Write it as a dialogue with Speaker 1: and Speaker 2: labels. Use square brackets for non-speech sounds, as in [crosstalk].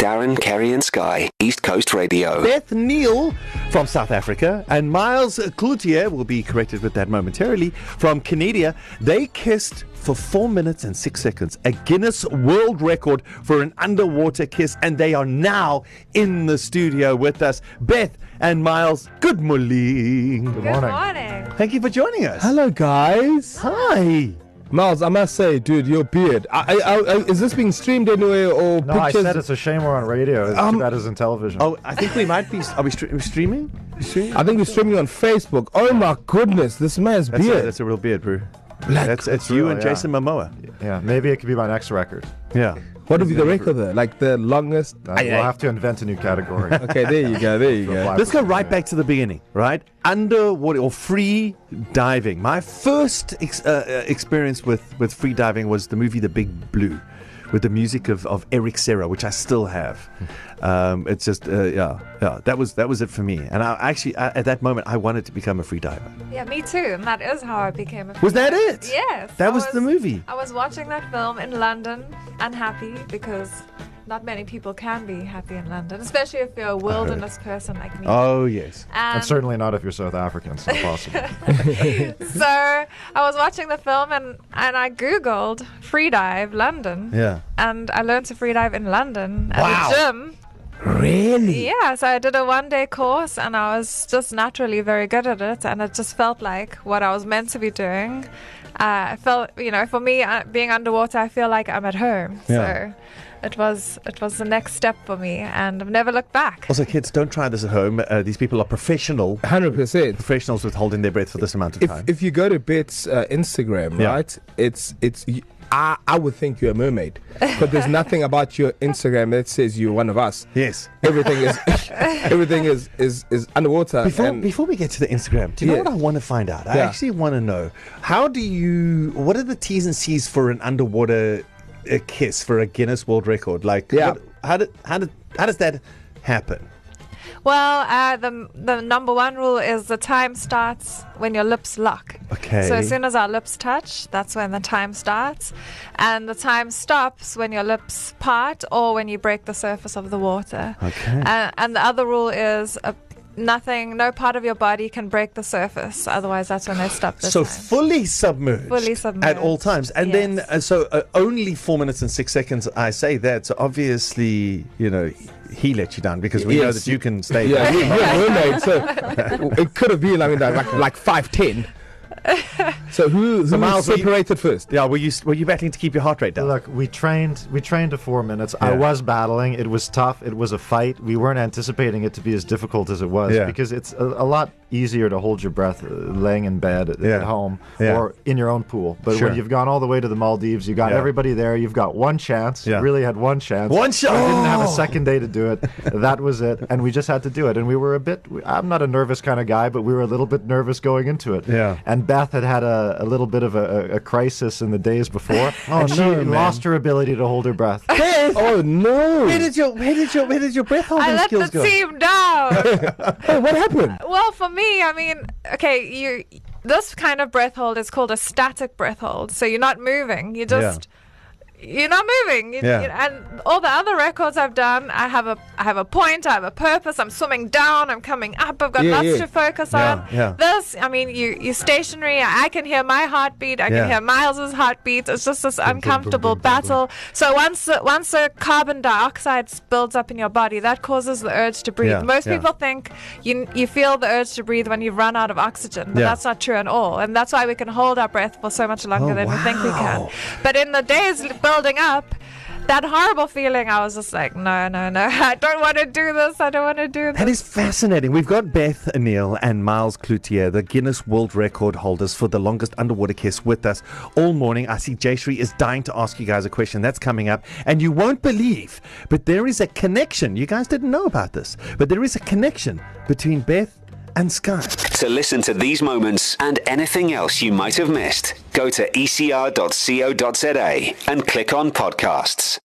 Speaker 1: Darren, Kerry, and Sky, East Coast Radio.
Speaker 2: Beth Neal from South Africa and Miles Cloutier will be corrected with that momentarily from Canada. They kissed for four minutes and six seconds, a Guinness World Record for an underwater kiss, and they are now in the studio with us. Beth and Miles, good morning. Good
Speaker 3: Good morning.
Speaker 2: Thank you for joining us.
Speaker 4: Hello, guys.
Speaker 2: Hi.
Speaker 4: Miles, I must say, dude, your beard. I, I, I, is this being streamed anywhere or
Speaker 5: No, Oh, I
Speaker 4: pictures?
Speaker 5: said it's a shame we're on radio. It's
Speaker 2: Um,
Speaker 5: too bad it's in television.
Speaker 2: Oh, I think we might be. Are we, stre- are we streaming? Are we streaming?
Speaker 4: I think we're streaming on Facebook. Oh my goodness, this man's
Speaker 2: That's,
Speaker 4: beard.
Speaker 2: a, that's a real beard, bro. That's it's you
Speaker 5: real,
Speaker 2: and
Speaker 5: yeah.
Speaker 2: Jason Momoa.
Speaker 5: yeah, maybe it could be my next record.
Speaker 2: Yeah.
Speaker 4: what would be the record there? Like the longest?
Speaker 5: Uh,
Speaker 4: Aye,
Speaker 5: we'll
Speaker 4: aye.
Speaker 5: have to invent a new category.
Speaker 4: [laughs] Okay, there you go. There
Speaker 5: [laughs]
Speaker 4: you go.
Speaker 5: Black-
Speaker 2: Let's go right back to the beginning, right? Underwater or free diving. My first ex- uh, uh, experience with, with free diving was the movie The Big Blue with the music of, of Eric Serra, which I still have. Um, it's just, uh, yeah, yeah, that was that was it for me. And I actually, I, at that moment, I wanted to become a free diver.
Speaker 3: Yeah, me too. And that is how I became a.
Speaker 2: Was that it?
Speaker 3: Yes. I
Speaker 2: That was, the movie.
Speaker 3: I was watching that film in London, unhappy because not many people can be happy in London, especially if you're a wilderness person like me.
Speaker 2: Oh, yes.
Speaker 3: And
Speaker 5: and certainly not if you're South African. It's impossible.
Speaker 3: so I was watching the film and, and I Googled freedive London.
Speaker 2: Yeah.
Speaker 3: And I learned to freedive in London at
Speaker 2: Wow.
Speaker 3: a gym.
Speaker 4: Really?
Speaker 3: Yeah, so I did a one day course and I was just naturally very good at it. And it just felt like what I was meant to be doing. Uh, I felt, you know, for me, uh, being underwater, I feel like I'm at home.
Speaker 2: Yeah.
Speaker 3: So. It was it was the next step for me, and I've never looked back.
Speaker 2: Also, kids, don't try this at home. Uh, these people are professional
Speaker 4: Hundred percent.
Speaker 2: professionals with holding their breath for this amount of
Speaker 4: If
Speaker 2: time.
Speaker 4: if you go to Bet's uh, Instagram,
Speaker 2: Yeah.
Speaker 4: right? It's it's. y- I, I would think you're a mermaid, but
Speaker 5: [laughs]
Speaker 4: there's nothing about your Instagram that says you're one of us.
Speaker 2: yes.
Speaker 4: Everything is, [laughs] everything is is is underwater.
Speaker 2: Before,
Speaker 4: and-
Speaker 2: before we get to the Instagram, do you
Speaker 4: Yeah.
Speaker 2: know what I want to find out? I
Speaker 4: Yeah.
Speaker 2: actually want to know how do you, what are the T's and C's for an underwater uh kiss for a Guinness World Record? Like,
Speaker 4: Yeah.
Speaker 2: what- how, did, how, did, how does that happen?
Speaker 3: Well, uh, the the number one rule is the time starts when your lips lock.
Speaker 2: Okay.
Speaker 3: So as soon as our lips touch, that's when the time starts, and the time stops when your lips part or when you break the surface of the water.
Speaker 2: Okay.
Speaker 3: Uh, and the other rule is uh nothing, no part of your body can break the surface. Otherwise, that's when they stop the
Speaker 2: so
Speaker 3: time.
Speaker 2: fully submerged,
Speaker 3: Fully
Speaker 2: at all
Speaker 3: submerged,
Speaker 2: times, and then
Speaker 3: yes.
Speaker 2: uh, so uh, only four minutes and six seconds. I say that, so obviously, you know, he let you down because we know
Speaker 4: Yes.
Speaker 2: that you can stay.
Speaker 4: Yeah,
Speaker 2: there.
Speaker 4: we, we're mermaids, so it could have been I mean, like like, like five ten. So who who
Speaker 2: Miles, we-
Speaker 4: separated first?
Speaker 2: yeah. Were you were you battling to keep your heart rate down?
Speaker 5: Look, we trained. We trained to four minutes. I
Speaker 2: Yeah.
Speaker 5: was battling. It was tough. It was a fight. We weren't anticipating it to be as difficult as it was
Speaker 2: Yeah.
Speaker 5: because it's a, a lot easier to hold your breath uh, laying in bed at,
Speaker 2: Yeah.
Speaker 5: at home
Speaker 2: Yeah.
Speaker 5: or in your own pool. But
Speaker 2: Sure.
Speaker 5: when you've gone all the way to the Maldives, you got
Speaker 2: Yeah.
Speaker 5: everybody there. You've got one chance.
Speaker 2: Yeah.
Speaker 5: Really had one chance.
Speaker 2: One Oh! shot.
Speaker 5: I didn't have a second day to
Speaker 2: [laughs]
Speaker 5: do it. That was it, and we just had to do it. And we were a bit. we- I'm not a nervous kind of guy, but we were a little bit nervous going into it.
Speaker 2: Yeah.
Speaker 5: And Beth had had a, a little bit of a, a- a crisis in the days
Speaker 2: [laughs]
Speaker 5: before,
Speaker 2: Oh,
Speaker 5: and she
Speaker 4: no, man.
Speaker 5: lost her ability to hold her breath.
Speaker 4: Oh no!
Speaker 2: Where did your where did your where did your breath holding
Speaker 3: I let
Speaker 2: skills
Speaker 3: the
Speaker 2: go?
Speaker 3: team down.
Speaker 2: [laughs]
Speaker 4: Hey, what happened?
Speaker 3: Well, for me, I mean, okay, you this kind of breath hold is called a static breath hold. So you're not moving. You just you're not moving. You-
Speaker 2: Yeah.
Speaker 3: you- and all the other records I've done, I have a I have a point. I have a purpose. I'm swimming down. I'm coming up. I've got
Speaker 4: Yeah,
Speaker 3: lots
Speaker 4: yeah.
Speaker 3: to focus
Speaker 2: Yeah,
Speaker 3: on.
Speaker 2: yeah.
Speaker 3: This, I mean, you you're stationary. I can hear my heartbeat. I
Speaker 2: Yeah.
Speaker 3: can hear Miles's heartbeat. It's just this uncomfortable battle. So once the, once the carbon dioxide builds up in your body, that causes the urge to breathe.
Speaker 2: Yeah,
Speaker 3: Most
Speaker 2: yeah.
Speaker 3: people think you you feel the urge to breathe when you run out of oxygen, but
Speaker 2: Yeah.
Speaker 3: that's not true at all. And that's why we can hold our breath for so much longer
Speaker 2: Oh,
Speaker 3: than we think we
Speaker 2: wow.
Speaker 3: can. But in the days l- building up, that horrible feeling, I was just like, no, no, no, [laughs] I don't want to do this. I don't want to do
Speaker 2: That
Speaker 3: this.
Speaker 2: is fascinating. We've got Beth Neal and Miles Cloutier, the Guinness World Record holders for the longest underwater kiss, with us all morning. I see Jayshree is dying to ask you guys a question. That's coming up. And you won't believe, but there is a connection. You guys didn't know about this, but there is a connection between Beth and Sky.
Speaker 1: To listen to these moments and anything else you E might have missed, go to ecr.co.za and click on podcasts.